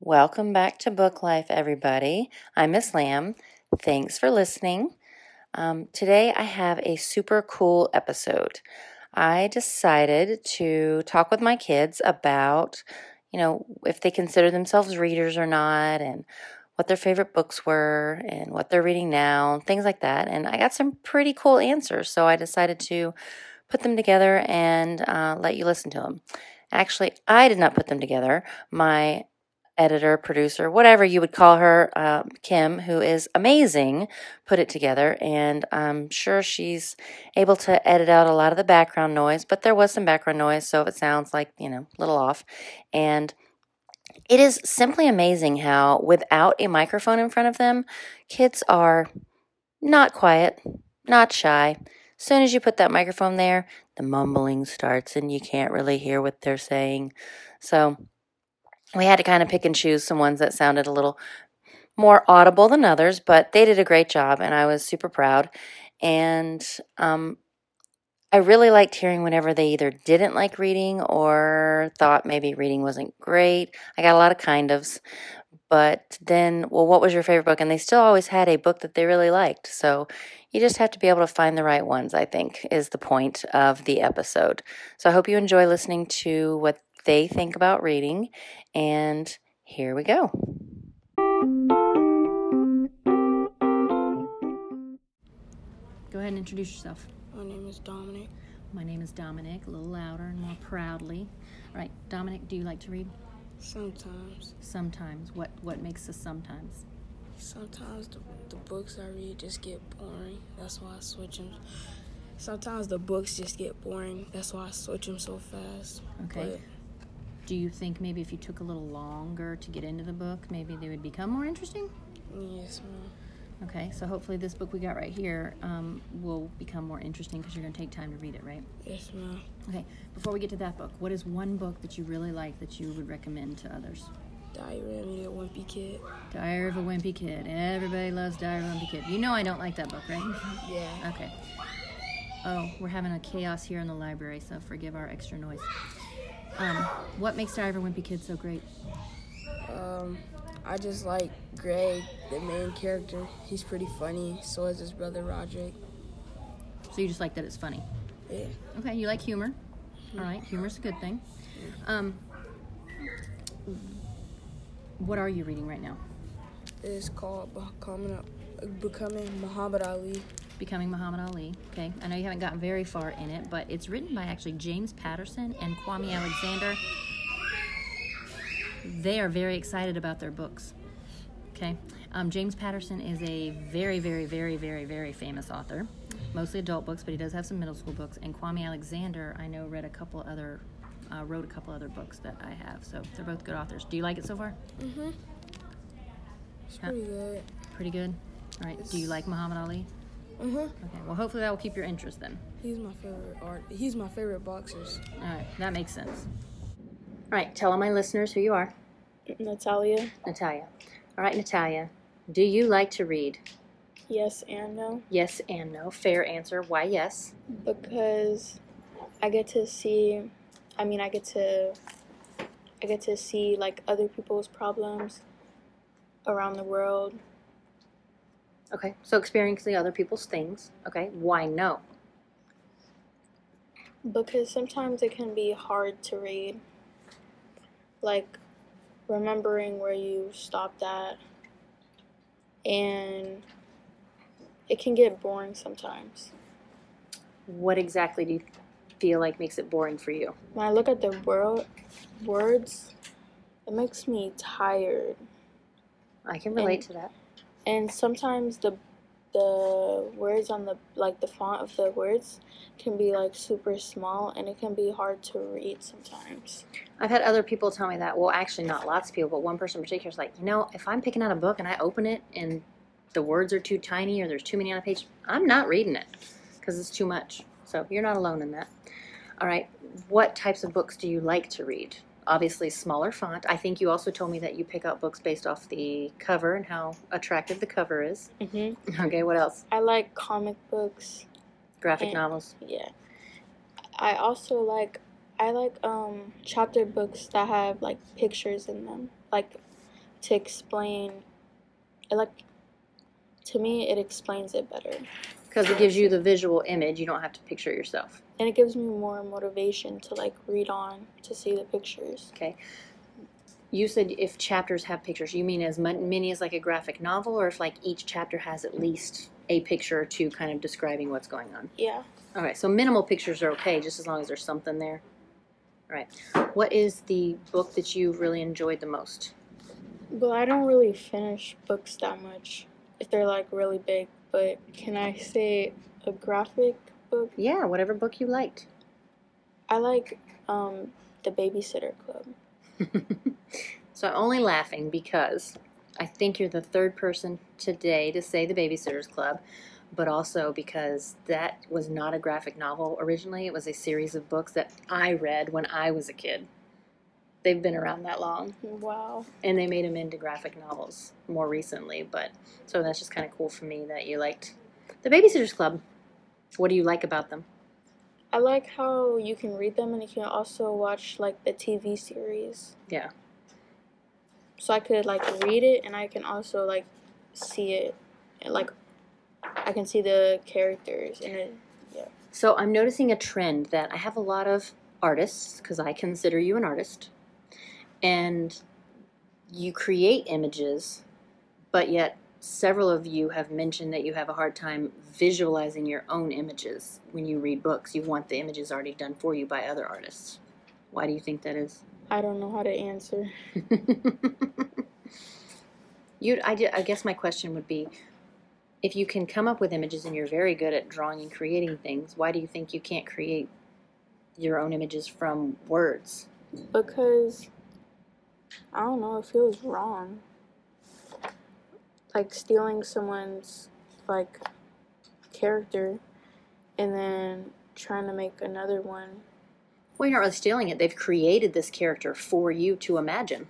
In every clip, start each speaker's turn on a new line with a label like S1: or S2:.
S1: Welcome back to Book Life, everybody. I'm Miss Lamb. Thanks for listening. Um, today, I have a super cool episode. I decided to talk with my kids about, you know, if they consider themselves readers or not, and what their favorite books were, and what they're reading now, things like that. And I got some pretty cool answers, so I decided to put them together and uh, let you listen to them. Actually, I did not put them together. My editor, producer, whatever you would call her, uh, Kim, who is amazing, put it together. And I'm sure she's able to edit out a lot of the background noise, but there was some background noise, so if it sounds like, you know, a little off. And it is simply amazing how, without a microphone in front of them, kids are not quiet, not shy. Soon as you put that microphone there, the mumbling starts and you can't really hear what they're saying. So, we had to kind of pick and choose some ones that sounded a little more audible than others, but they did a great job and I was super proud. And um, I really liked hearing whenever they either didn't like reading or thought maybe reading wasn't great. I got a lot of kind ofs, but then, well, what was your favorite book? And they still always had a book that they really liked. So you just have to be able to find the right ones, I think, is the point of the episode. So I hope you enjoy listening to what they think about reading. And here we go.
S2: Go ahead and introduce yourself.
S3: My name is Dominic.
S2: My name is Dominic, a little louder and more proudly. All right, Dominic, do you like to read?
S3: Sometimes,
S2: Sometimes. What what makes us sometimes?
S3: sometimes the, the books I read just get boring. That's why I switch them. Sometimes the books just get boring. That's why I switch them so fast.
S2: Okay. Do you think maybe if you took a little longer to get into the book, maybe they would become more interesting?
S3: But, yes, ma'am.
S2: Okay, so hopefully this book we got right here um, will become more interesting because you're going to take time to read it, right?
S3: Yes, ma'am.
S2: Okay, before we get to that book, what is one book that you really like that you would recommend to others?
S3: Diary of me, that wimpy kid.
S2: Diary of a Wimpy Kid. Everybody loves Diary of a Wimpy Kid. You know I don't like that book, right?
S3: Yeah.
S2: Okay. Oh, we're having a chaos here in the library, so forgive our extra noise. Um, what makes Diary of a Wimpy Kid so great?
S3: Um, I just like Greg, the main character. He's pretty funny. So is his brother Roderick.
S2: So you just like that it's funny.
S3: Yeah.
S2: Okay, you like humor. All right, humor's a good thing. Um, what are you reading right now?
S3: It's called Becoming, Becoming Muhammad Ali.
S2: Becoming Muhammad Ali. Okay, I know you haven't gotten very far in it, but it's written by actually James Patterson and Kwame Alexander. They are very excited about their books. Okay, um, James Patterson is a very, very, very, very, very famous author. Mostly adult books, but he does have some middle school books. And Kwame Alexander, I know, read a couple other, uh, wrote a couple other books that I have. So they're both good authors. Do you like it so far?
S3: It's pretty good.
S2: Pretty good. All right. Do you like Muhammad Ali?
S3: Mhm.
S2: Okay. Well, hopefully that will keep your interest then.
S3: He's my favorite art. He's my favorite boxers.
S2: All right, that makes sense. All right, tell all my listeners who you are.
S4: Natalia,
S2: Natalia. All right, Natalia, do you like to read?
S4: yes and no,
S2: Yes and no. Fair answer. Why yes?
S4: because I get to see, I mean, I get to, I get to see like other people's problems around the world
S2: Okay, so experiencing other people's things. Okay, why no?
S4: because sometimes it can be hard to read, like remembering where you stopped at, and it can get boring sometimes.
S2: What exactly do you feel like makes it boring for you?
S4: When I look at the world, words, it makes me tired.
S2: I can relate to that.
S4: and sometimes the the words on the like the font of the words can be like super small and it can be hard to read sometimes
S2: I've had other people tell me that. Well, actually, not lots of people, but one person in particular is like, you know, if I'm picking out a book and I open it and the words are too tiny or there's too many on a page, I'm not reading it because it's too much. So you're not alone in that. All right. What types of books do you like to read? Obviously, smaller font. I think you also told me that you pick out books based off the cover and how attractive the cover is.
S4: mm-hmm.
S2: Okay, what else?
S4: i like comic books
S2: Graphic
S4: Eh.
S2: novels.
S4: yeah i also like i like um chapter books that have like pictures in them like to explain it like to me it explains it better
S2: because it gives you the visual image. You don't have to picture it yourself.
S4: and it gives me more motivation to like read on to see the pictures
S2: Okay. You said if chapters have pictures, you mean as mon- many as like a graphic novel, or if like each chapter has at least a picture or two kind of describing what's going on?
S4: yeah
S2: All right, so minimal pictures are okay, just as long as there's something there. All right. What is the book that you really enjoyed the most?
S4: Well, I don't really finish books that much if they're like really big, but can I say a graphic book?
S2: Yeah, whatever book you liked.
S4: I like um The Babysitter Club.
S2: So I'm only laughing because I think you're the third person today to say the Babysitters Club, but also because that was not a graphic novel originally. It was a series of books that I read when I was a kid. They've been around that long,
S4: Wow.
S2: and they made them into graphic novels more recently. But so that's just kind of cool for me that you liked the Babysitters Club. What do you like about them?
S4: I like how you can read them and you can also watch like the TV series.
S2: Yeah.
S4: So I could like read it and I can also like see it and like I can see the characters and it
S2: So I'm noticing a trend that I have a lot of artists because I consider you an artist, and you create images, but yet several of you have mentioned that you have a hard time visualizing your own images when you read books. You want the images already done for you by other artists. Why do you think that is?
S4: I don't know how to answer.
S2: you, I, ju- I guess my question would be if you can come up with images and you're very good at drawing and creating things, why do you think you can't create your own images from words?
S4: because I don't know, it feels wrong. Like stealing someone's like character and then trying to make another one.
S2: Well, you're not really stealing it. They've created this character for you to imagine.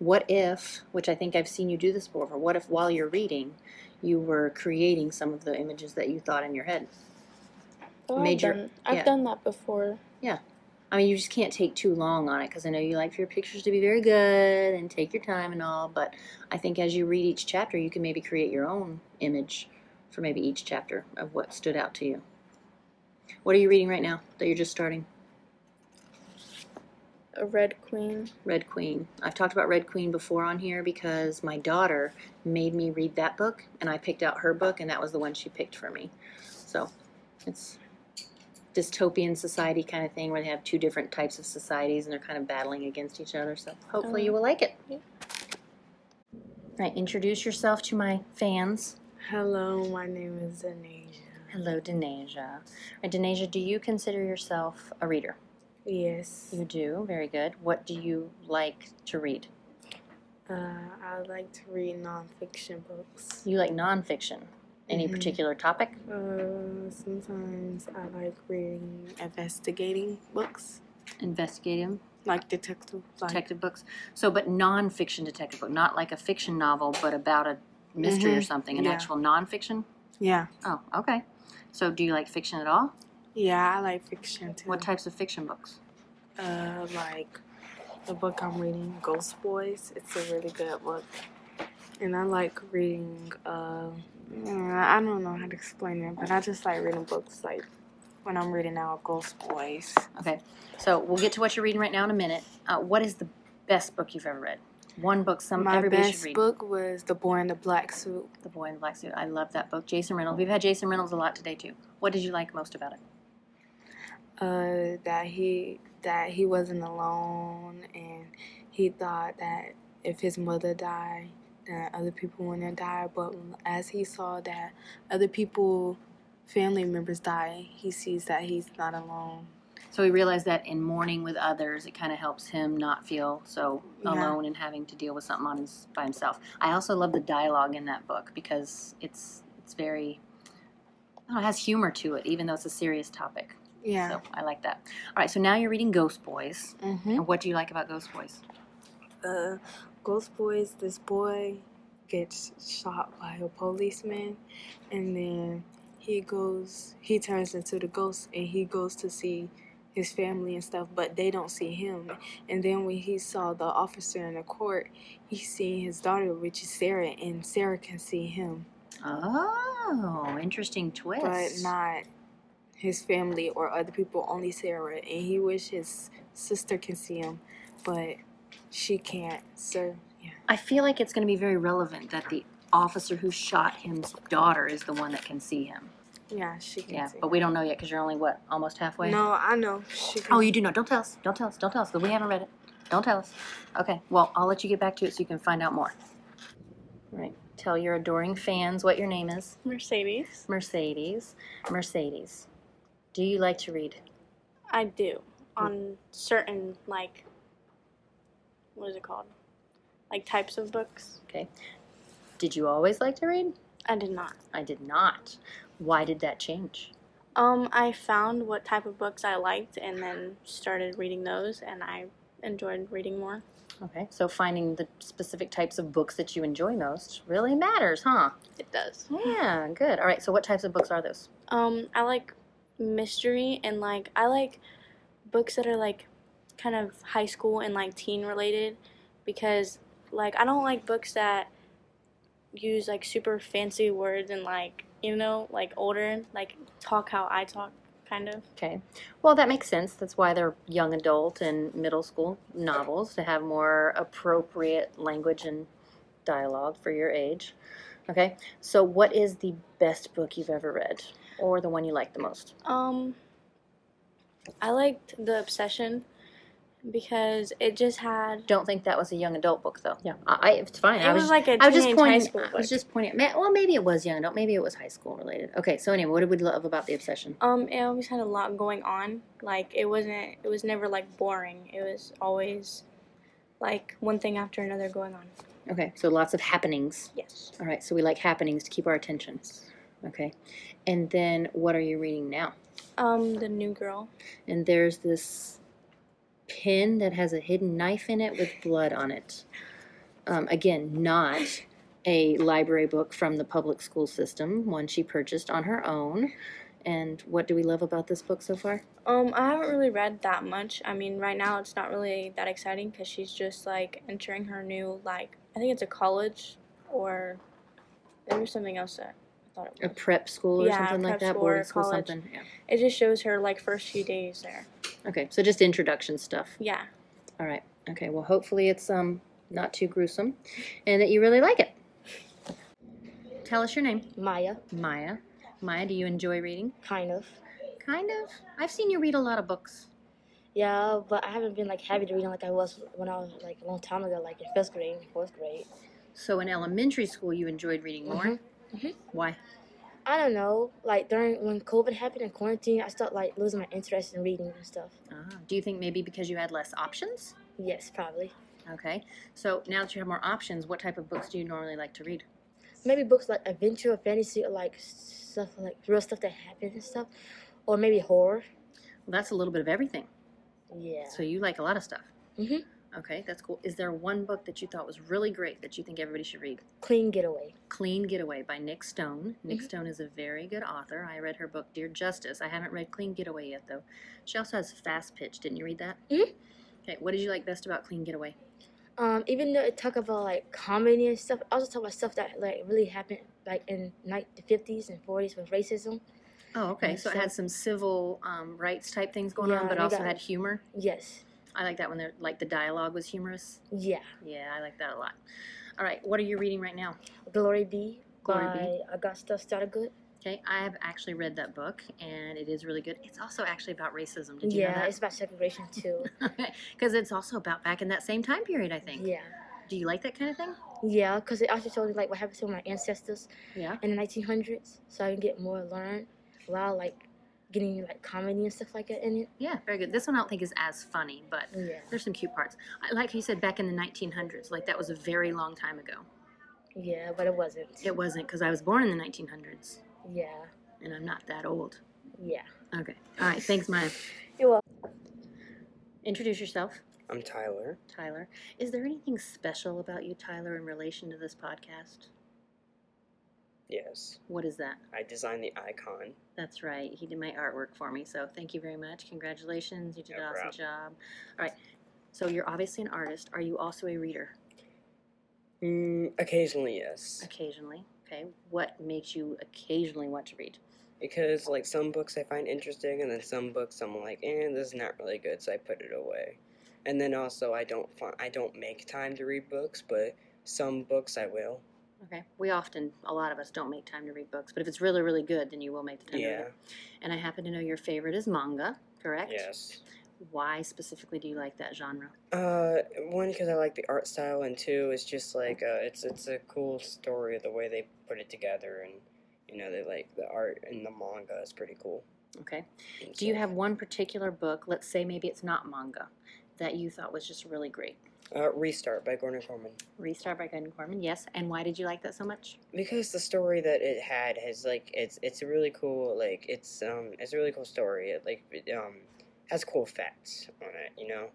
S2: What if, which I think I've seen you do this before, what if while you're reading, you were creating some of the images that you thought in your head?
S4: Oh,
S2: Major-
S4: I've, done, I've
S2: yeah.
S4: done that before.
S2: I mean, you just can't take too long on it because I know you like for your pictures to be very good and take your time and all. But I think as you read each chapter, you can maybe create your own image for maybe each chapter of what stood out to you. What are you reading right now that you're just starting?
S4: A red queen.
S2: Red Queen. I've talked about Red Queen before on here because my daughter made me read that book and I picked out her book and that was the one she picked for me. So it's dystopian society kind of thing where they have two different types of societies and they're kind of battling against each other. So hopefully you will like it.
S4: Yeah.
S2: All right, introduce yourself to my fans.
S5: Hello, my name is Anasia.
S2: Hello, Danasia. All right, Danasia, do you consider yourself a reader?
S5: Yes,
S2: You do. Very good. What do you like to read?
S5: uh, I like to read nonfiction books.
S2: You like nonfiction. Any
S5: Mhm.
S2: particular topic?
S5: Uh, sometimes I like reading investigating books,
S2: Investigative,
S5: like detective, like
S2: detective books. So, but nonfiction detective book, not like a fiction novel, but about a mystery or
S5: Mhm.
S2: something, an
S5: Yeah.
S2: actual nonfiction.
S5: yeah,
S2: Oh, okay. So, do you like fiction at all?
S5: yeah, I like fiction too.
S2: What types of fiction books?
S5: Uh, like the book I'm reading, Ghost Boys. It's a really good book, and I like reading. Uh, mm, I don't know how to explain it, but I just like reading books like when I'm reading out Ghost Boys.
S2: Okay, so we'll get to what you're reading right now in a minute. Uh, what is the best book you've ever read? One book, some
S5: My
S2: Um, everybody
S5: best
S2: should read.
S5: book was The Boy in the Black Suit.
S2: The Boy in the Black Suit. I love that book. Jason Reynolds. We've had Jason Reynolds a lot today too. What did you like most about it?
S5: Uh, that he that he wasn't alone, and he thought that if his mother died, that other people wouldn't die. But as he saw that other people, family members die, he sees that he's not alone.
S2: So we realize that in mourning with others, it kind of helps him not feel so
S5: Yeah.
S2: alone and having to deal with something on his, by himself. I also love the dialogue in that book because it's it's very I don't know, it has humor to it, even though it's a serious topic.
S5: Yeah.
S2: So I like that. All right, so now you're reading Ghost Boys.
S5: Mm-hmm.
S2: And what do you like about Ghost Boys?
S5: uh, Ghost Boys, this boy gets shot by a policeman, and then he goes, he turns into the ghost, and he goes to see his family and stuff, but they don't see him. And then when he saw the officer in the court, he seen his daughter, which is Sarah, and Sarah can see him,
S2: Oh, interesting twist.
S5: but not his family or other people, only Sarah. And he wish his sister can see him, but she can't. So yeah,
S2: I feel like it's going to be very relevant that the officer who shot his daughter is the one that can see him.
S5: yeah, she can
S2: Yeah,
S5: see.
S2: but we don't know yet because you're only what almost halfway.
S5: no, I know she can.
S2: Oh, you do know. Don't tell us. Don't tell us. Don't tell us. 'cause We haven't read it. Don't tell us. Okay. Well, I'll let you get back to it so you can find out more. All right. Tell your adoring fans what your name is.
S4: Mercedes.
S2: Mercedes. Mercedes. Do you like to read?
S4: I do on certain like what is it called? Like types of books.
S2: Okay. Did you always like to read?
S4: I did not.
S2: I did not. Why did that change?
S4: Um, I found what type of books I liked and then started reading those, and I enjoyed reading more.
S2: Okay. So finding the specific types of books that you enjoy most really matters, huh?
S4: It does.
S2: Yeah. Good. All right. So what types of books are those?
S4: Um, I like mystery and like I like books that are like kind of high school and like teen related because like I don't like books that use like super fancy words and like you know like older like talk how I talk kind of.
S2: Okay. Well, that makes sense. That's why they're young adult and middle school novels to have more appropriate language and dialogue for your age. Okay. So, what is the best book you've ever read or the one you like the most?
S4: Um, I liked The Obsession because it just had.
S2: Don't think that was a young adult book, though. Yeah. I, I- it's fine. I
S4: It
S2: was,
S4: was like a
S2: I was just
S4: teenage high
S2: pointing.
S4: school
S2: I was
S4: book.
S2: just pointing. ma- Well, maybe it was young adult. Maybe it was high school related. Okay. So, anyway, what did we love about The Obsession?
S4: Um, it always had a lot going on. Like it wasn't. It was never like boring. It was always like one thing after another going on.
S2: Okay. So, lots of happenings.
S4: Yes.
S2: All right. So, we like happenings to keep our attention. Okay. And then, what are you reading now?
S4: Um, the new girl.
S2: and there's this pin that has a hidden knife in it with blood on it. Um, again, not a library book from the public school system, one she purchased on her own. And what do we love about this book so far?
S4: Um, I haven't really read that much. I mean, right now it's not really that exciting because she's just like entering her new like. I think it's a college, or there was something else that I thought it
S2: A
S4: was.
S2: prep school or
S4: Yeah,
S2: something like
S4: prep
S2: that,
S4: school
S2: boarding
S4: or
S2: school,
S4: college.
S2: something. Yeah.
S4: It just shows her like first few days there.
S2: Okay, so just introduction stuff.
S4: Yeah.
S2: All right. Okay. Well, hopefully it's um not too gruesome, and that you really like it. Tell us your name,
S6: Maya,
S2: Maya. Maya, do you enjoy reading?
S6: kind of.
S2: Kind of. I've seen you read a lot of books.
S6: Yeah, but I haven't been like heavy to reading like I was when I was like a long time ago, like in fifth grade, fourth grade.
S2: So in elementary school, you enjoyed reading more.
S6: Mhm.
S2: Mm-hmm. Why?
S6: I don't know, like during when COVID happened and quarantine, I started like losing my interest in reading and stuff.
S2: Ah, do you think maybe because you had less options?
S6: Yes, probably.
S2: Okay. So now that you have more options, what type of books do you normally like to read?
S6: Maybe books like adventure or fantasy or like stuff like real stuff that happens and stuff, or maybe horror.
S2: Well, that's a little bit of everything.
S6: Yeah.
S2: So you like a lot of stuff.
S6: Mhm.
S2: Okay, that's cool. Is there one book that you thought was really great that you think everybody should read?
S6: Clean getaway.
S2: Clean Getaway by Nick Stone. Nick
S6: Mm-hmm.
S2: Stone is a very good author. I read her book, Dear Justice. I haven't read Clean Getaway yet, though. She also has Fast Pitch. Didn't you read that?
S6: Mhm.
S2: Okay, what did you like best about Clean Getaway?
S6: Um, even though it talk about like comedy and stuff, it also talk about stuff that like really happened like in like the fifties and forties with racism.
S2: Oh, okay.
S6: And
S2: So it
S6: so-
S2: had some civil um, rights type things going
S6: Yeah,
S2: on, but
S6: they
S2: also
S6: got-
S2: had humor.
S6: Yes.
S2: I like that when they're like the dialogue was humorous.
S6: Yeah.
S2: Yeah, I like that a lot. All right, what are you reading right now?
S6: Glory Be
S2: Glory
S6: by
S2: Be.
S6: Augusta Stargood.
S2: Okay, I have actually read that book, and it is really good. It's also actually about racism. Did you
S6: Yeah,
S2: know
S6: it's about segregation too.
S2: that? Because it's also about back in that same time period, I think.
S6: yeah.
S2: Do you like that kind of thing?
S6: Yeah, because it also told me like what happened to my ancestors
S2: Yeah.
S6: in the 1900s, so I can get more learned while like getting like comedy and stuff like that in it.
S2: Yeah, very good. This one I don't think is as funny, but
S6: Yeah.
S2: there's some cute parts. I like how you said back in the 1900s. Like that was a very long time ago.
S6: Yeah, but it wasn't.
S2: It wasn't because I was born in the 1900s,
S6: yeah.
S2: and I'm not that old.
S6: Yeah.
S2: Okay. All right. Thanks, Maya.
S6: You're welcome.
S2: Introduce yourself,
S7: I'm Tyler.
S2: Tyler. Is there anything special about you, Tyler, in relation to this podcast?
S7: Yes,
S2: What is that?
S7: I designed the icon.
S2: That's right. He did my artwork for me. So thank you very much. Congratulations. You did
S7: No
S2: an awesome
S7: problem.
S2: job. All right. So you're obviously an artist. Are you also a reader?
S7: Mm, occasionally, yes,
S2: Occasionally. Okay. What makes you occasionally want to read?
S7: because like some books I find interesting, and then some books I'm like, eh, this is not really good, so I put it away. And then also, I don't find I don't make time to read books, but some books I will.
S2: Okay. We often, a lot of us don't make time to read books, but if it's really, really good, then you will make the time to
S7: Yeah.
S2: read it. And I happen to know your favorite is manga, correct?
S7: Yes.
S2: Why specifically do you like that genre?
S7: Uh, one because I like the art style, and two, it's just like uh, it's it's a cool story the way they put it together, and you know they like the art in the manga is pretty cool.
S2: Okay.
S7: And
S2: Do you
S7: so-
S2: have one particular book, let's say maybe it's not manga, that you thought was just really great?
S7: uh, Restart by Gordon Coleman?
S2: Restart by Gordon Corman, yes. And why did you like that so much?
S7: Because the story that it had has like it's it's a really cool like it's um it's a really cool story. It like it, um has cool facts on it, you know.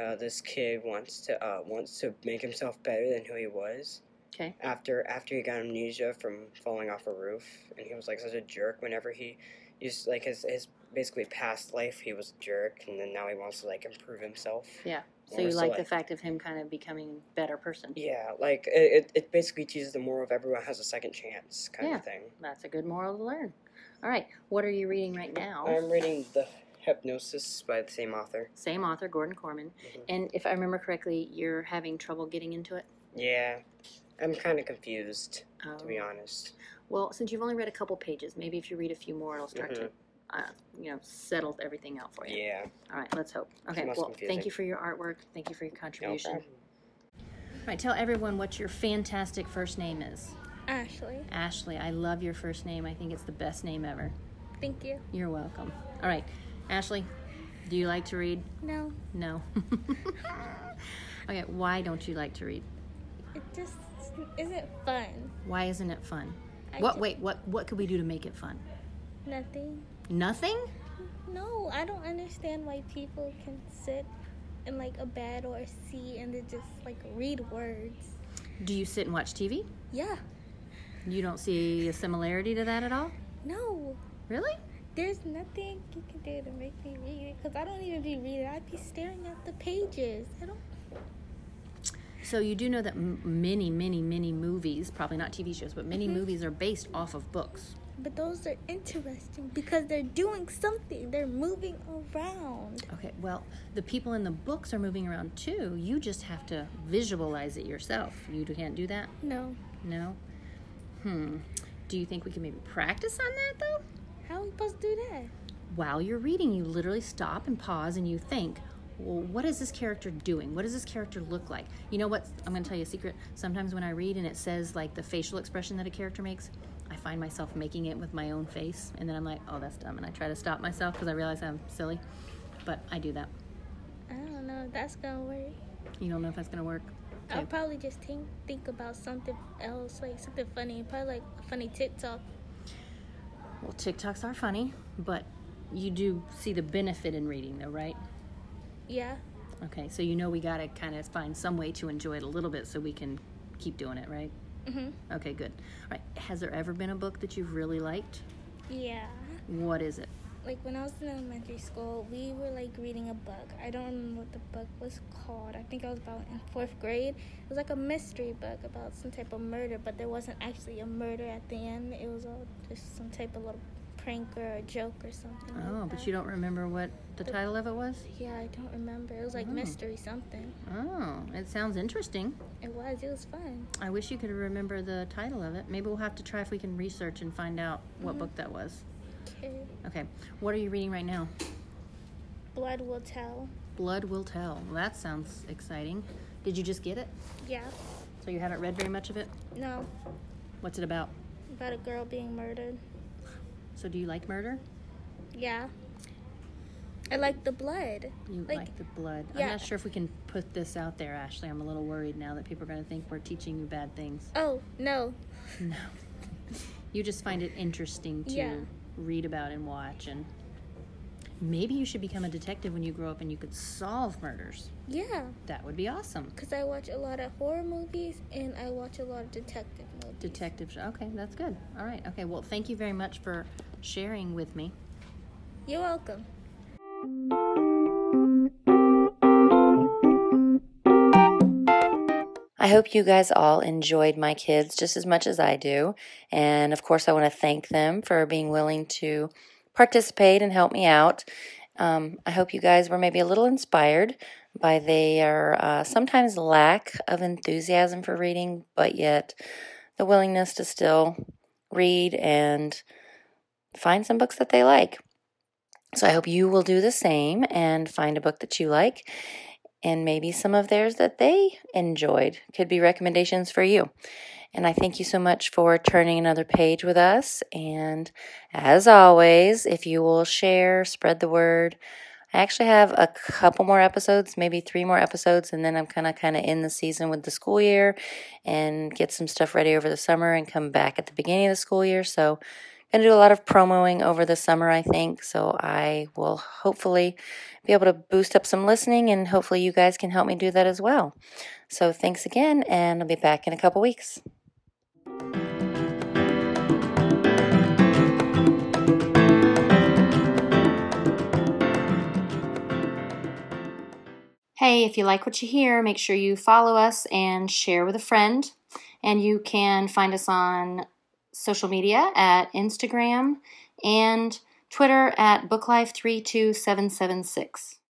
S7: Uh, this kid wants to uh, wants to make himself better than who he was,
S2: Okay.
S7: after after he got amnesia from falling off a roof, and he was like such a jerk whenever he used like his his basically past life he was a jerk, and then now he wants to like improve himself.
S2: Yeah. So
S7: Or
S2: you
S7: so,
S2: like the
S7: like-
S2: fact of him kind of becoming a better person?
S7: Yeah, like it, it, it basically teaches the moral of everyone has a second chance kind
S2: Yeah.
S7: of thing.
S2: That's a good moral to learn. All right. What are you reading right now?
S7: I'm reading the Hypnosis by the same author.
S2: Same author, Gordon Corman.
S7: Mhm.
S2: And if I remember correctly, you're having trouble getting into it?
S7: Yeah, I'm kind of confused
S2: Oh.
S7: to be honest.
S2: Well, since you've only read a couple pages, maybe if you read a few more, it'll start to, uh, you know, settle everything out for you.
S7: Mm-hmm. Yeah,
S2: All right, let's hope. Okay,
S7: must
S2: well,
S7: confusing.
S2: thank you for your artwork. Thank you for your
S7: no
S2: contribution.
S7: problem.
S2: All right, tell everyone what your fantastic first name is.
S8: Ashley,
S2: Ashley, I love your first name. I think it's the best name ever.
S8: thank you.
S2: You're welcome. All right, Ashley, do you like to read?
S8: No,
S2: No. okay, why don't you like to read?
S8: it just isn't fun.
S2: Why isn't it fun?
S8: I
S2: what?
S8: just-
S2: Wait. What? What could we do to make it fun?
S8: Nothing.
S2: Nothing.
S8: No, I don't understand why people can sit in like a bed or a seat and then just like read words.
S2: Do you sit and watch TV?
S8: Yeah,
S2: You don't see a similarity to that at all.
S8: no.
S2: Really?
S8: There's nothing you can do to make me read it because I don't even be reading. I'd be staring at the pages. I don't.
S2: So you do know that m- many, many, many movies, probably not TV shows, but many movies are based off of books.
S8: But those are interesting because they're doing something. They're moving around.
S2: Okay. Well, the people in the books are moving around too. You just have to visualize it yourself. You can't do that.
S8: No.
S2: No. Hmm. Do you think we can maybe practice on that though?
S8: How are we supposed to do that?
S2: while you're reading, you literally stop and pause and you think, well, what is this character doing? What does this character look like? You know what? I'm going to tell you a secret. Sometimes when I read and it says like the facial expression that a character makes, I find myself making it with my own face. And then I'm like, oh, that's dumb. And I try to stop myself because I realize I'm silly. But I do that.
S8: I don't know if that's gonna work.
S2: You don't know if that's going to work.
S8: I'll probably just think think about something else, like something funny, probably like a funny TikTok.
S2: Well, TikToks are funny, but you do see the benefit in reading though, right?
S8: Yeah,
S2: Okay, so you know we gotta kind of find some way to enjoy it a little bit so we can keep doing it, right? Mm-hmm. Okay, good. All right, has there ever been a book that you've really liked?
S8: yeah.
S2: What is it?
S8: Like when I was in elementary school, we were like reading a book. I don't remember what the book was called. I think I was about in fourth grade. It was like a mystery book about some type of murder, but there wasn't actually a murder at the end. It was all just some type of little prank or a joke or something.
S2: Oh, but you don't remember what the title of it was?
S8: Yeah, I don't remember. It was like mystery something.
S2: Oh, it sounds interesting.
S8: It was. It was fun.
S2: I wish you could remember the title of it. Maybe we'll have to try if we can research and find out what book that was.
S8: Okay.
S2: Okay, what are you reading right now?
S8: Blood will tell.
S2: Blood Will Tell. That sounds exciting. Did you just get it?
S8: Yeah.
S2: So you haven't read very much of it?
S8: No.
S2: What's it about?
S8: About a girl being murdered.
S2: So do you like murder?
S8: Yeah. I like the blood.
S2: You like,
S8: Like-
S2: the blood. I'm
S8: yeah.
S2: not sure if we can put this out there, Ashley. I'm a little worried now that people are going to think we're teaching you bad things.
S8: Oh, no.
S2: No. you just find it interesting to
S8: Yeah.
S2: read about and watch and
S9: Maybe you should become a detective when you grow up and you could solve murders.
S8: Yeah,
S9: That would be awesome.
S8: because I watch a lot of horror movies and I watch a lot of detective movies.
S9: Detective. sh- Okay, that's good. All right. Okay. Well, thank you very much for sharing with me.
S8: You're welcome.
S2: I hope you guys all enjoyed my kids just as much as I do. And of course, I want to thank them for being willing to participate and help me out. Um, I hope you guys were maybe a little inspired by their uh, sometimes lack of enthusiasm for reading, but yet the willingness to still read and find some books that they like. So I hope you will do the same and find a book that you like and maybe some of theirs that they enjoyed could be recommendations for you. And I thank you so much for turning another page with us. And as always, if you will share, spread the word. I actually have a couple more episodes, maybe three more episodes, and then I'm kind of kind of in the season with the school year and get some stuff ready over the summer and come back at the beginning of the school year. So I'm going to do a lot of promoing over the summer, I think. So I will hopefully be able to boost up some listening, and hopefully, you guys can help me do that as well. So, thanks again, and I'll be back in a couple weeks. Hey, if you like what you hear, make sure you follow us and share with a friend. And you can find us on social media at Instagram and Twitter at BookLife32776.